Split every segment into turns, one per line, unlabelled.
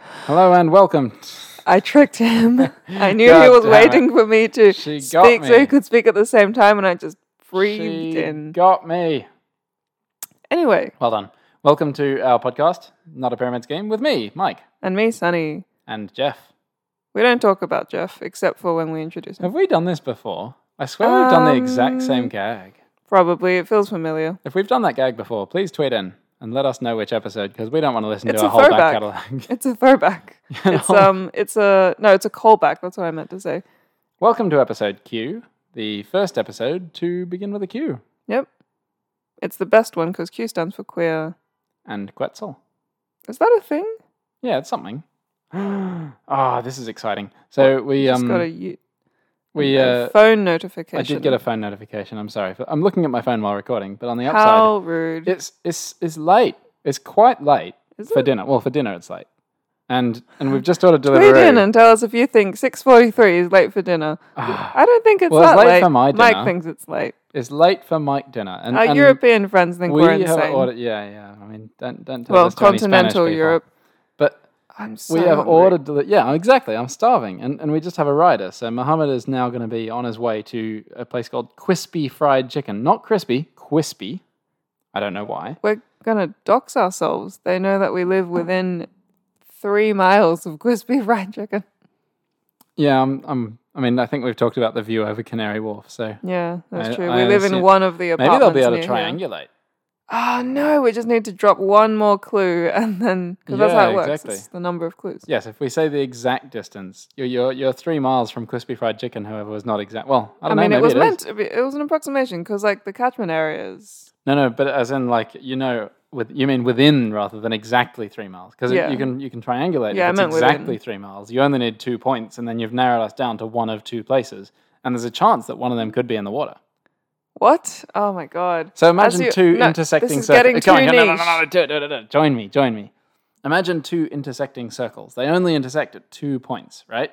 Hello and welcome.
I tricked him. I knew
God
he was
damn
waiting for me to
She got
speak so
me.
he could speak at the same time, and I just breathed
She
in.
got me.
anyway,
Well done. Welcome to our podcast, Not a Pyramid Scheme, with me, Mike,
and me, Sunny.
and Jeff.
We don't talk about Jeff except for when we introduce him.
Have we done this before? I swear we've done the exact same
Um,
gag.
Probably it feels familiar.
If we've done that gag before, please tweet in and let us know which episode because we don't want to listen
It's
to
a
a whole back
throwback.
catalog.
It's a throwback. it's um, it's a no, it's a callback. That's what I meant to say.
Welcome to episode Q, the first episode to begin with a Q
Yep, it's the best one because Q stands for queer.
and Quetzal.
Is that a thing?
Yeah, it's something. Ah, this is exciting. So we
Just
um
got a, u-
we
a
uh,
phone
I
notification.
did get a phone notification. I'm sorry. for- I'm looking at my phone while recording, but on the upside,
How rude!
it's it's it's late. It's quite late
Is
for
it?
dinner. Well, for dinner it's late, and and we've just ordered delivery.
Tweet in and tell us if you think 6:43 is late for dinner. I don't think it's
Ah. Well, it's
that
late
late.
for my dinner.
Mike thinks it's late.
it's late for Mike dinner, and,
Our
and
European friends think
we
Uh, we're
have
insane.
ordered. Yeah, yeah. I mean, don't don't tell
well,
this to any Spanish
continental
people.
Europe.
but.
I'm so
We have
hungry.
ordered. Deli- yeah, exactly. I'm starving, and, and we just have a rider. So Mohammed is now going to be on his way to a place called Crispy Fried Chicken. Not crispy, crispy. I don't know why.
We're gonna dox ourselves. They know that we live within three miles of Crispy Fried Chicken.
Yeah, I'm, I'm. I mean, I think we've talked about the view over Canary Wharf. So
Yeah, that's
I-
true.
I
we live in
understand.
one of the
maybe
apartments.
they'll be able
near
to
here.
triangulate.
Oh no, we just need to drop one more clue, and then because that's
Yeah,
how it works.
exactly.
It's the number of clues.
Yes, if we say the exact distance, you're you're, you're three miles from Crispy Fried Chicken. However, was not exact. Well, I
I
don't
mean,
know.
it
maybe
was
is.
meant to be. It was an approximation because, like, the catchment area is
No, no, but as in like you know, with you mean within rather than exactly three miles because
Yeah.
you can you can triangulate.
Yeah, I
if
meant
it's exactly
within.
three miles. You only need two points, and then you've narrowed us down to one of two places. And there's a chance that one of them could be in the water.
What? Oh my god!
So
As
imagine
you-
two
no,
intersecting
This is
circles. Uh,
getting too
on, no, no, no,
niche.
no, no, do- do- do- do. Join me, join me. Imagine two intersecting circles. They only intersect at two points, right?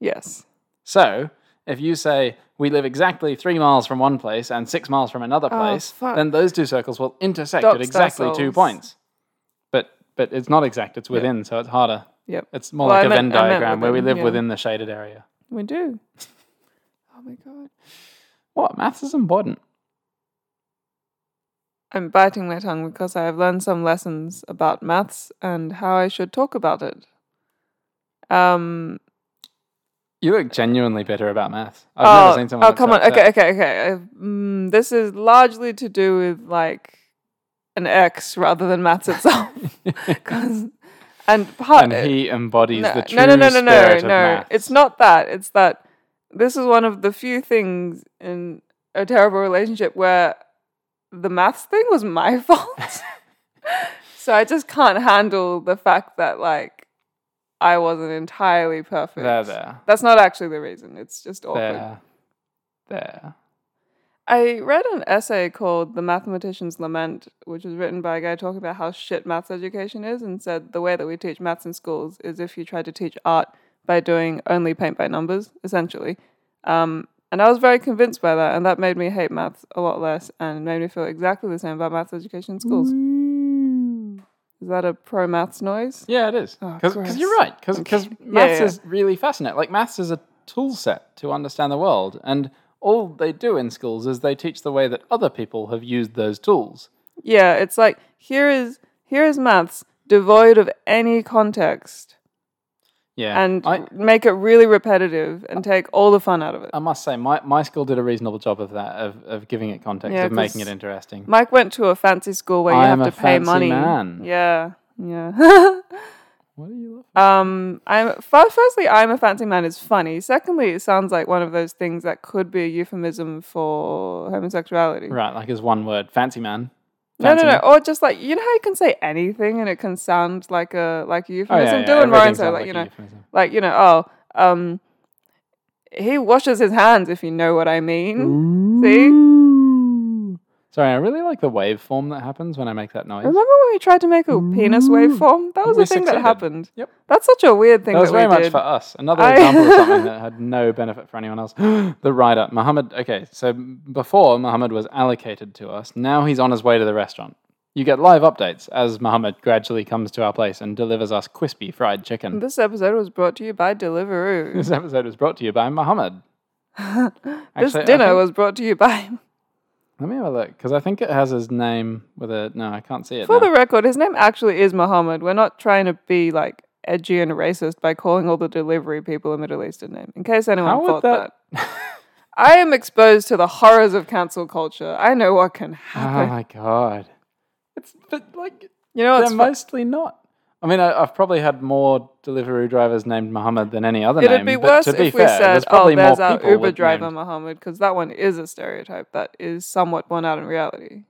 Yes.
So if you say we live exactly three miles from one place and six miles from another
Oh,
place,
fuck.
then those two circles will intersect at
Doxed
exactly two
ourselves.
points. But but it's not exact; it's within, so it's harder.
Yep.
It's more
Well,
like
I
a
meant-
Venn
I meant
diagram where we
within,
live
yeah.
within the shaded area.
We do. oh my god!
What maths is important?
I'm biting my tongue because I have learned some lessons about maths and how I should talk about it. Um.
You look genuinely bitter about maths. I've
oh,
never seen someone.
oh, come on.
that's
Okay,
upset.
okay, okay. I've- mm, this is largely to do with like an X rather than maths itself, because and part
And he embodies the true spirit of maths.
It's not that. It's that this is one of the few things in a terrible relationship where the maths thing was my fault. so I just can't handle the fact that like I wasn't entirely perfect.
there, there,
That's not actually the reason. It's just awkward.
there, there.
I read an essay called The Mathematician's Lament, which was written by a guy talking about how shit maths education is, and said the way that we teach maths in schools is if you try to teach art by doing only paint by numbers, essentially. Um, and I was very convinced by that, and that made me hate maths a lot less and made me feel exactly the same about maths education in schools. Is that a pro maths noise?
Yeah, it is.
Oh,
Because
gross.
you're right. Because maths
yeah.
is really fascinating. Like, maths is a tool set to understand the world. And all they do in schools is they teach the way that other people have used those tools.
Yeah, it's like here is here is maths devoid of any context.
Yeah.
and
I, Oh.
make it really repetitive and take all the fun out of it.
I must say, my, my school did a reasonable job of that, of, of giving it context,
Yeah,
of making it
'cause
interesting.
Mike went to a fancy school where you
I
have
am
to
a
pay
fancy
money.
man.
Yeah, yeah.
what are you
um, I'm fir- firstly, I'm a fancy man is funny. Secondly, it sounds like one of those things that could be a euphemism for homosexuality.
Right, like as one word. Fancy man.
No, no,
Fancy
no.
man.
Or just like you know how you can say anything and it can sound like a like a
Oh, yeah,
euphemism.
yeah,
Dylan Ryan
everything
said,
sounds
like
a
you know,
euphemism.
like you know, oh, um, he washes his hands if you know what I mean. See.
Sorry, I really like the waveform that happens when I make that noise.
Remember when we tried to make a penis waveform? That was
We
a thing
succeeded.
that happened.
Yep.
That's such a weird thing
That was
that we
very much
did.
for us. Another
I-
example of something that had no benefit for anyone else. the rider, Mohammed. Okay, so before Mohammed was allocated to us, now he's on his way to the restaurant. You get live updates as Muhammad gradually comes to our place and delivers us crispy fried chicken.
This episode was brought to you by Deliveroo.
This episode was brought to you by Muhammad.
this
Actually, I
dinner
think-
was brought to you by.
Let me have a look because I think it has his name with a. No, I can't see it. now.
For the record, his name actually is Muhammad. We're not trying to be like edgy and racist by calling all the delivery people a Middle Eastern name. In case anyone
How would
thought that.
that-
I am exposed to the horrors of cancel culture. I know what can
Oh
happen.
my god! It's but like
you know, it's
they're
fu-
mostly not. I mean, I, I've probably had more Deliveroo drivers named Muhammad than any other
It'd
name.
be
but
worse
to be
if
fair,
we said,
there's
"Oh,
probably
there's
more
our
people
Uber
with
driver
names.
Muhammad," because that one is a stereotype that is somewhat borne out in reality.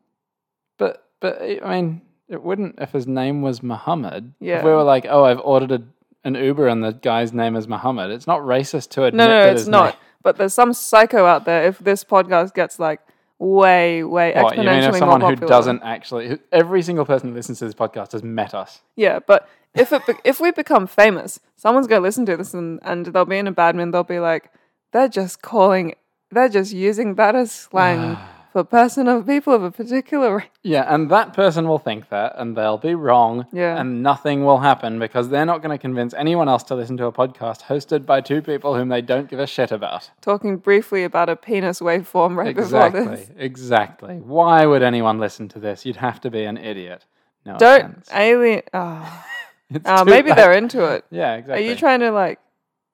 But but I I mean, it wouldn't if his name was Muhammad.
Yeah.
If we were like, oh, I've ordered a, an Uber and the guy's name is Muhammad, it's not racist to admit
No, no,
that
it's
his
not.
name-
But there's some psycho out there. If this podcast gets like way, way
What,
exponentially
you mean if
more
someone who
popular-
doesn't actually, who, every single person that listens to this podcast has met us.
Yeah, but if it be- if we become famous, someone's gonna listen to this and, and they'll be in a bad mood. They'll be like, they're just calling, they're just using that as slang for person of people of a particular. ra-
Yeah, and that person will think that, and they'll be wrong,
Yeah.
and nothing will happen because they're not going to convince anyone else to listen to a podcast hosted by two people whom they don't give a shit about.
Talking briefly about a penis waveform right before
Exactly,
this.
exactly. Why would anyone listen to this? You'd have to be an idiot. No
Don't
offense.
alien. Oh,
Oh, It's
Uh,
too
maybe
late.
they're into it.
Yeah,
Are
exactly.
you trying to like?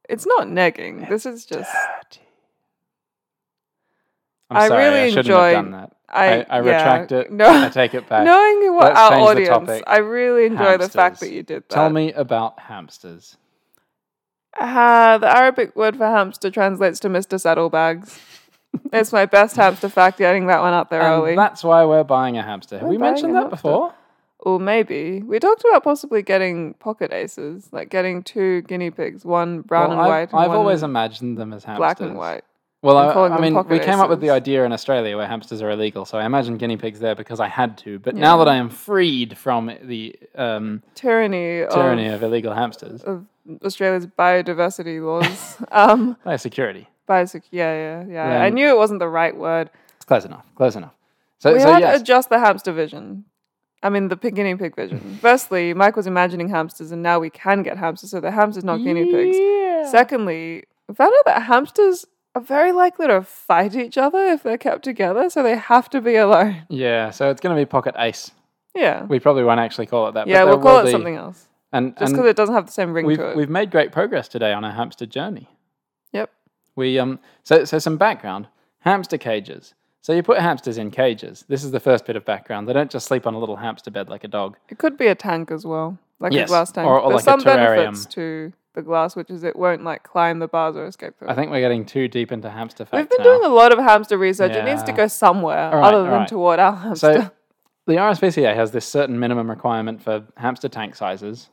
It's not negging. This is just.
I'm
I
sorry,
really
I shouldn't
enjoyed-
have done that.
I,
I, I
yeah,
retract it.
No,
I take it back.
knowing what
Let's
our
change the
audience,
topic.
I really enjoy the fact that
Hamsters.
you did that.
Tell me about hamsters.
Uh, the Arabic word for hamster translates to Mr. Saddlebags. it's my best hamster fact, getting that one out there
And
early.
that's why we're buying a hamster. Have
We're
we
buying
mentioned
a
that
hamster.
before?
or maybe. We talked about possibly getting pocket aces, like getting two guinea pigs, one brown
Well,
and
I've,
white and
I've
one
always imagimed them as hamsters.
black and white.
Well,
and
I,
calling
I
them
mean,
pocket
we came up with the
aces.
idea in Australia where hamsters are illegal, so I imagine guinea pigs there because I had to. But now that I am freed from the um,
Tyranny,
tyranny
of,
of illegal hamsters,
of Australia's biodiversity laws. um,
by security.
biosec- yeah, yeah, yeah. I
Then-
knew it wasn't the right word.
It's close enough. Close enough. So,
we
so
had
yes,
adjust the hamster vision. I mean, the pig- guinea pig vision. Firstly, Mike was imagining hamsters, and now we can get hamsters, so the hamster's not guinea pigs.
Yeah.
Secondly, we found out that hamsters are very likely to fight each other if they're kept together, so they have to be alone.
Yeah, so it's going to be Pocket Ace.
Yeah.
We probably won't actually call it that.
yeah,
but
we'll
there
call
will
it
be-
something else.
And,
Just because
and
it doesn't have the same ring
we've,
to it.
we've made great progress today on our hamster journey.
Yep.
We um so so some background. Hamster cages. So you put hamsters in cages. This is the first bit of background. They don't just sleep on a little hamster bed like a dog.
It could be a tank as well, like
Yes,
a glass tank.
or- or
There's
like a
some benefits
terrarium.
to the glass, which is it won't like climb the bars or escape through.
I think we're getting too deep into hamster facts.
We've been
now.
doing a lot of hamster research. It needs to
Yeah.
go somewhere
All right,
other
all
than
right.
toward our hamster.
So the RSPCA has this certain minimum requirement for hamster tank sizes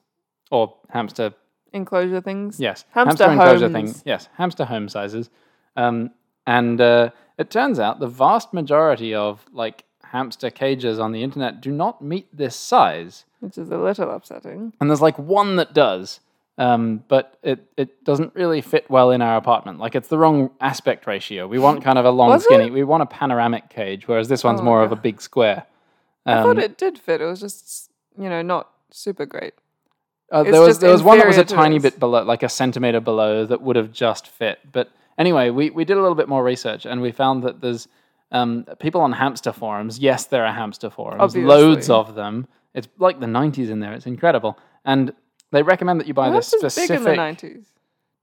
or hamster
enclosure things.
Yes,
Hamster homes.
thing. Yes, hamster home sizes. Um, and uh, it turns out the vast majority of like hamster cages on the internet do not meet this size,
Which is a little upsetting.
and there's like one that does. Um, but it, it doesn't really fit well in our apartment. Like it's the wrong aspect ratio. We want kind of a long
Was it?
skinny. We want a panoramic cage, whereas this one's
Oh,
more of
okay.
a big square. Um,
I thought it did fit. It was just, you know, not super great.
Uh,
It's
there was
just
there was one that was a
inferior to
tiny
this.
bit below, like a centimeter below, that would have just fit. But anyway, we, we did a little bit more research and we found that there's um, people on hamster forums. Yes, there are hamster forums, loads
Obviously.
of them. It's like the 90s in there. It's incredible, and they recommend that you buy this
Hamsters big in the
specific.
90s.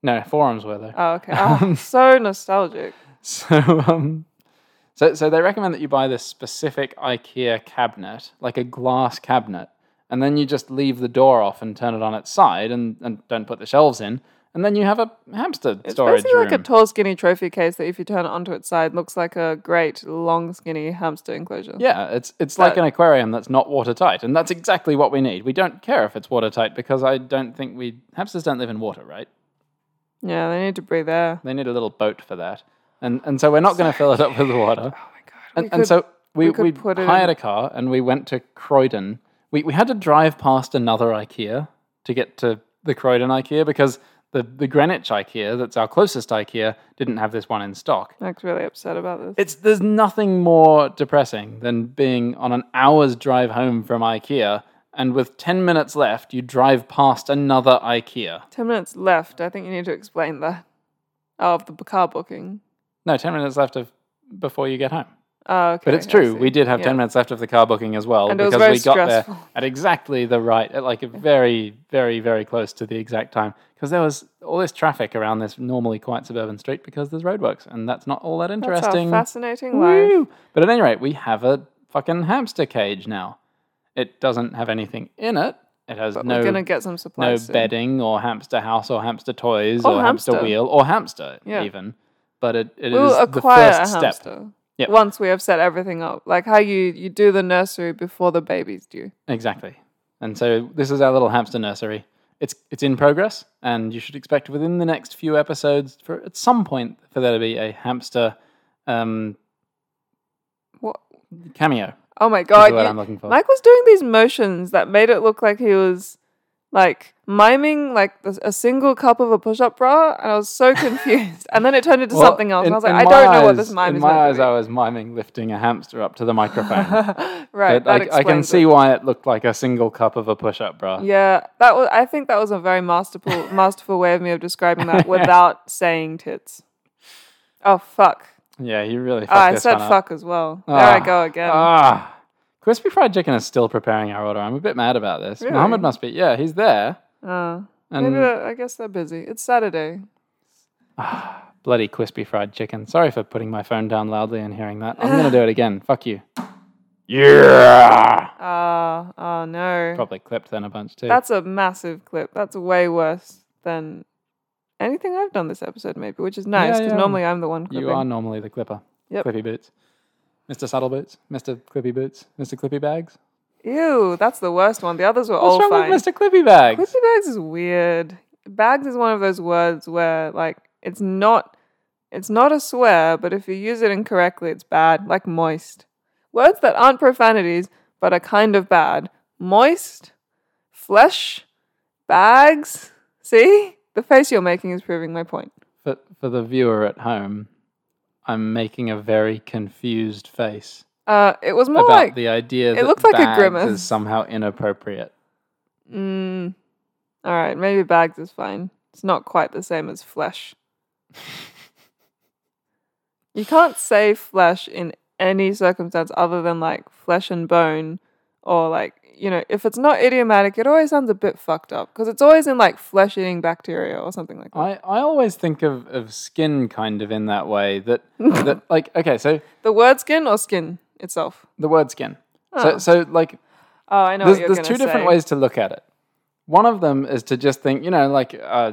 no forums were there.
Oh, okay. Oh, so nostalgic.
So, um, so, so they recommend that you buy this specific IKEA cabinet, like a glass cabinet, and then you just leave the door off and turn it on its side, and, and don't put the shelves in, and then you have a hamster
It's
storage
basically
room.
like a tall, skinny trophy case that if you turn it onto its side, looks like a great, long, skinny hamster enclosure.
yeah, it's it's like
that-
an aquarium that's not watertight, and that's exactly what we need. We don't care if it's watertight because I don't think we hamsters don't live in water, right?
Yeah, they need to breathe air.
They need a little boat for that, and and so we're not going to fill it up with water.
Oh
and,
my god. we
and
could-
so we,
we could
we,
put it in-
hired a car and we went to Croydon. We, we had to drive past another IKEA to get to the Croydon IKEA because The the Greenwich IKEA, that's our closest IKEA, didn't have this one in stock.
I was really upset about this.
It's there's nothing more depressing than being on an hour's drive home from IKEA and with 10 minutes left you drive past another IKEA.
10 minutes left. I think you need to explain that. Oh, of the car booking.
No, 10 minutes left of before you get home.
Oh, okay.
But it's
I
true.
see.
We did have
Yeah.
10 minutes left of the car booking as well
And it was
because
very
we got
stressful.
there at exactly the right at like a very very very close to the exact time because there was all this traffic around this normally quite suburban street because there's roadworks and that's not all that
That's our
interesting.
fascinating life.
Woo! But at any rate, we have a fucking hamster cage now. It doesn't have anything in it. It has
But
no
we're gonna get some
no
supplies. soon.
bedding or hamster house or hamster toys
Or
or, hamster.
Oh, hamster.
wheel or hamster
Yeah.
even. But it, it is
We'll
the
acquire
first
a
step.
hamster
Yep.
once we have set everything up. Like how you you do the nursery before the baby's due.
Exactly. And so this is our little hamster nursery. It's it's in progress, and you should expect within the next few episodes, for at some point, for there to be a hamster um,
What?
cameo.
Oh my
Is
god!
the word
you-
I'm looking for.
Mike was doing these motions that made it look like he was like miming like the- a single cup of a push-up bra, and I was so confused. and then it turned into
Well,
something
in-
else, and I was like,
in
I
my
don't know what
eyes-
this mime
In
is.
my
meant
eyes,
to
I was miming lifting a hamster up to the microphone.
be. right,
But
that
I, I can
explains
see
it.
why it looked like a single cup of a push-up bra.
Yeah, that was. I think that was a very masterful, masterful way of me of describing that without saying tits. Oh fuck!
Yeah, you really. Fucked
Ah, I
this
said
one up.
fuck as well. there I
Ah,
go again.
Ah, crispy fried chicken is still preparing our order. I'm a bit mad about this.
Really?
Mohammed must be. Yeah, he's there.
Ah.
And
Maybe they're- I guess they're busy. It's Saturday.
bloody crispy fried chicken. Sorry for putting my phone down loudly and hearing that. I'm gonna do it again. Fuck you. Yeah.
Ah, oh no.
Probably clipped then a bunch too.
That's a massive clip. That's way worse than anything I've done this episode, maybe, which is nice because
yeah.
normally I'm the one
you
clipping.
are normally the clipper.
Yep.
Clippy boots. Mr. Saddle Boots. Mr. Clippy Boots. Mr. Clippy Bags.
Ew, that's the worst one. The others were all
What's wrong
fine.
with Mr. Clippy Bags?
Clippy bags is weird. Bags is one of those words where like it's not it's not a swear, but if you use it incorrectly, it's bad, like moist. Words that aren't profanities but are kind of bad. Moist, flesh, bags. See? The face you're making is proving my point.
For, for the viewer at home, I'm making a very confused face
Uh, it was more
about
like
the idea that
looked like a
bags
grimace.
is somehow inappropriate.
Mm. All right, maybe bags is fine. It's not quite the same as flesh. you can't say flesh in any circumstance other than like flesh and bone or like, you know, if it's not idiomatic, it always sounds a bit fucked up because it's always in like flesh eating bacteria or something like that.
I, I always think of, of skin kind of in that way that that like okay so
The word skin or skin itself?
the word skin so so like
Oh, I know
there's,
what you're
there's
gonna
two different
say.
ways to look at it. One of them is to just think, you know, like, uh,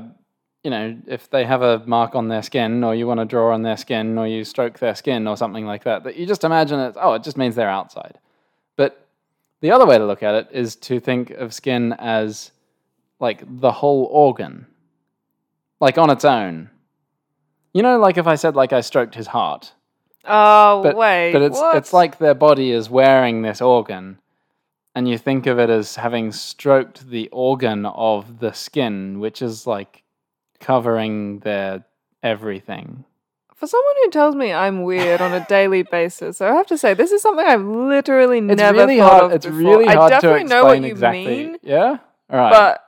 you know, if they have a mark on their skin, or you want to draw on their skin, or you stroke their skin, or something like that, that you just imagine it. Oh, it just means they're outside. But the other way to look at it is to think of skin as like the whole organ, like on its own. You know, like if I said like I stroked his heart,
Oh,
but,
wait.
but it's
what?
it's like their body is wearing this organ, and you think of it as having stroked the organ of the skin, which is like covering their everything.
For someone who tells me I'm weird on a daily basis, I have to say this is something I've literally
It's
never
really
thought
hard.
of
It's
before.
really
I
hard to
definitely
explain
know what you
exactly.
mean,
Yeah. All right.
but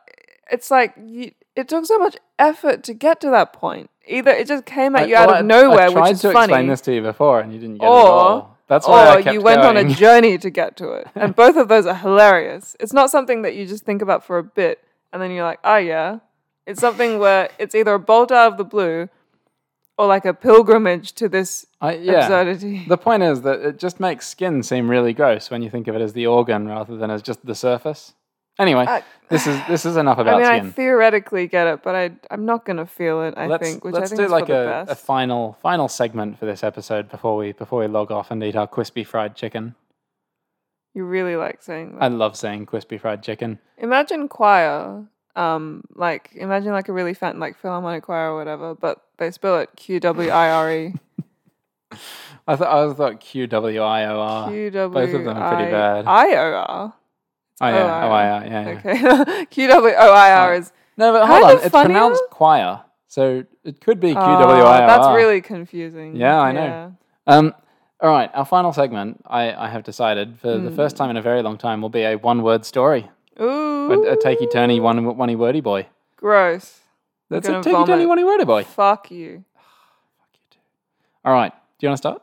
it's like you, it took so much effort to get to that point. Either it just came at
I-
you out
well, I-
of nowhere,
I tried
which is
to
funny,
explain this to you before, and you didn't get it
Or-
at all. That's why
or
I kept
you went on
going.
a journey to get to it, and both of those are hilarious. It's not something that you just think about for a bit and then you're like, oh yeah. It's something where it's either a bolt out of the blue or like a pilgrimage to this
I- yeah.
absurdity.
The point is that it just makes skin seem really gross when you think of it as the organ rather than as just the surface. Anyway,
I-
this is this is enough about
Uh, I mean,
skin.
I theoretically get it, but I I'm not gonna feel it. I
let's
think, which
let's
I think
do
is
like
for the
a, a
best.
final final segment for this episode before we before we log off and eat our crispy fried chicken.
you really like saying that.
I love saying crispy fried chicken.
imagine choir, um, like imagine like a really fan like philharmonic choir or whatever, but they spell it Q W I R E.
I thought I always thought Q W I O R.
Q W
Ah, both of them are pretty bad.
I O R.
Oh yeah, Uh, oh yeah, yeah. yeah.
Okay, Q W O I R is
No, but
Kind
hold on.
of
It's
funnier?
pronounced choir. So it could be QWIR.
Ah, that's really confusing.
Yeah, I know. Um, all right, our final segment, I, I have decided for
Hmm.
the first time in a very long time, will be a one word story.
know. Ooh.
A, a takey turny, one one wordy boy.
Gross.
That's a
gonna
takey turny,
vomit.
one wordy boy.
Fuck you.
All right, do you want to start?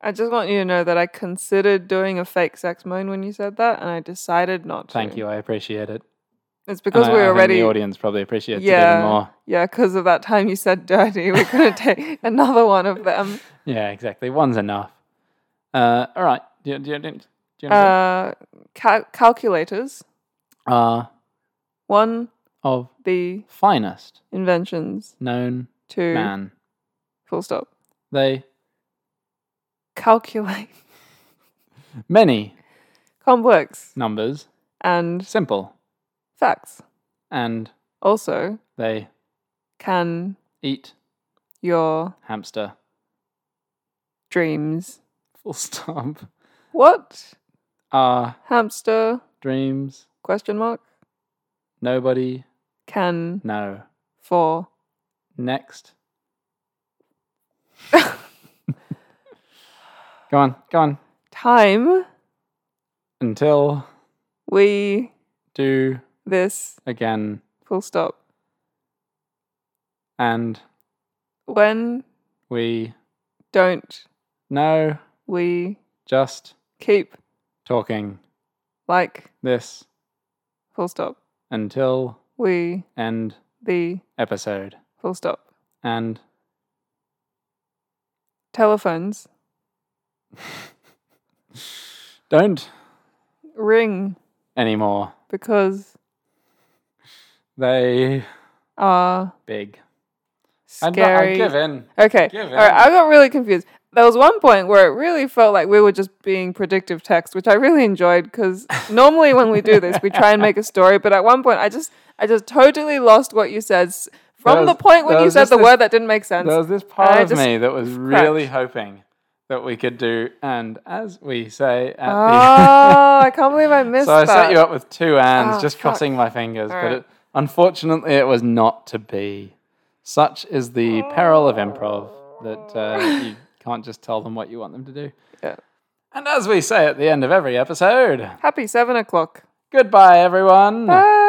I just want you to know that I considered doing a fake sex moan when you said that, and I decided not to.
Thank you, I appreciate it.
It's because
And I-
we
I think
already.
The audience probably appreciates it
Yeah.
even more.
Yeah, because of that time you said dirty, we're going to take another one of them.
Yeah, exactly. One's enough. Uh, all right, do you, do you, do you, do you want
Uh, cal- calculators.
to uh,
One,
Of
the
finest
inventions.
known
Two,
man.
full stop.
They
Calculate.
many
Complex
numbers,
and
simple,
facts.
and
Also,
they
can
eat
your
hamster.
dreams.
Full stop.
What?
Our
Hamster?
dreams,
Question mark.
nobody
Can
know.
for.
Next. go on, go on.
time
Until
we
do
this
again
full stop
and
when
we
don't
know
we
just
keep
talking
like
this
full stop
until
we
end
the
episode
full stop
and
telephones
don't
ring
anymore.
because
They
are
big. I'd, I'd
scary
give in.
okay
Give
all right
in.
i got really confused there was one point where it really felt like we were just being predictive text which i really enjoyed because normally when we do this we try and make a story but at one point i just i just totally lost what you said s- from
There
the
was-
point when
there
you
was
said
just
the
this-
word that didn't make sense
There was this part
I
of
just
me that was really hoping that we could do, and as we say at
Oh, I can't believe I
the.
missed
so I
that.
set you up with two ands,
Ah,
just
fuck.
crossing my fingers, but
right.
it, unfortunately it was not to be. Such is the peril of improv that uh, you can't just tell them what you want them to do.
Yeah.
And as we say at the end of every episode,
Happy seven o'clock.
goodbye, everyone.
Bye.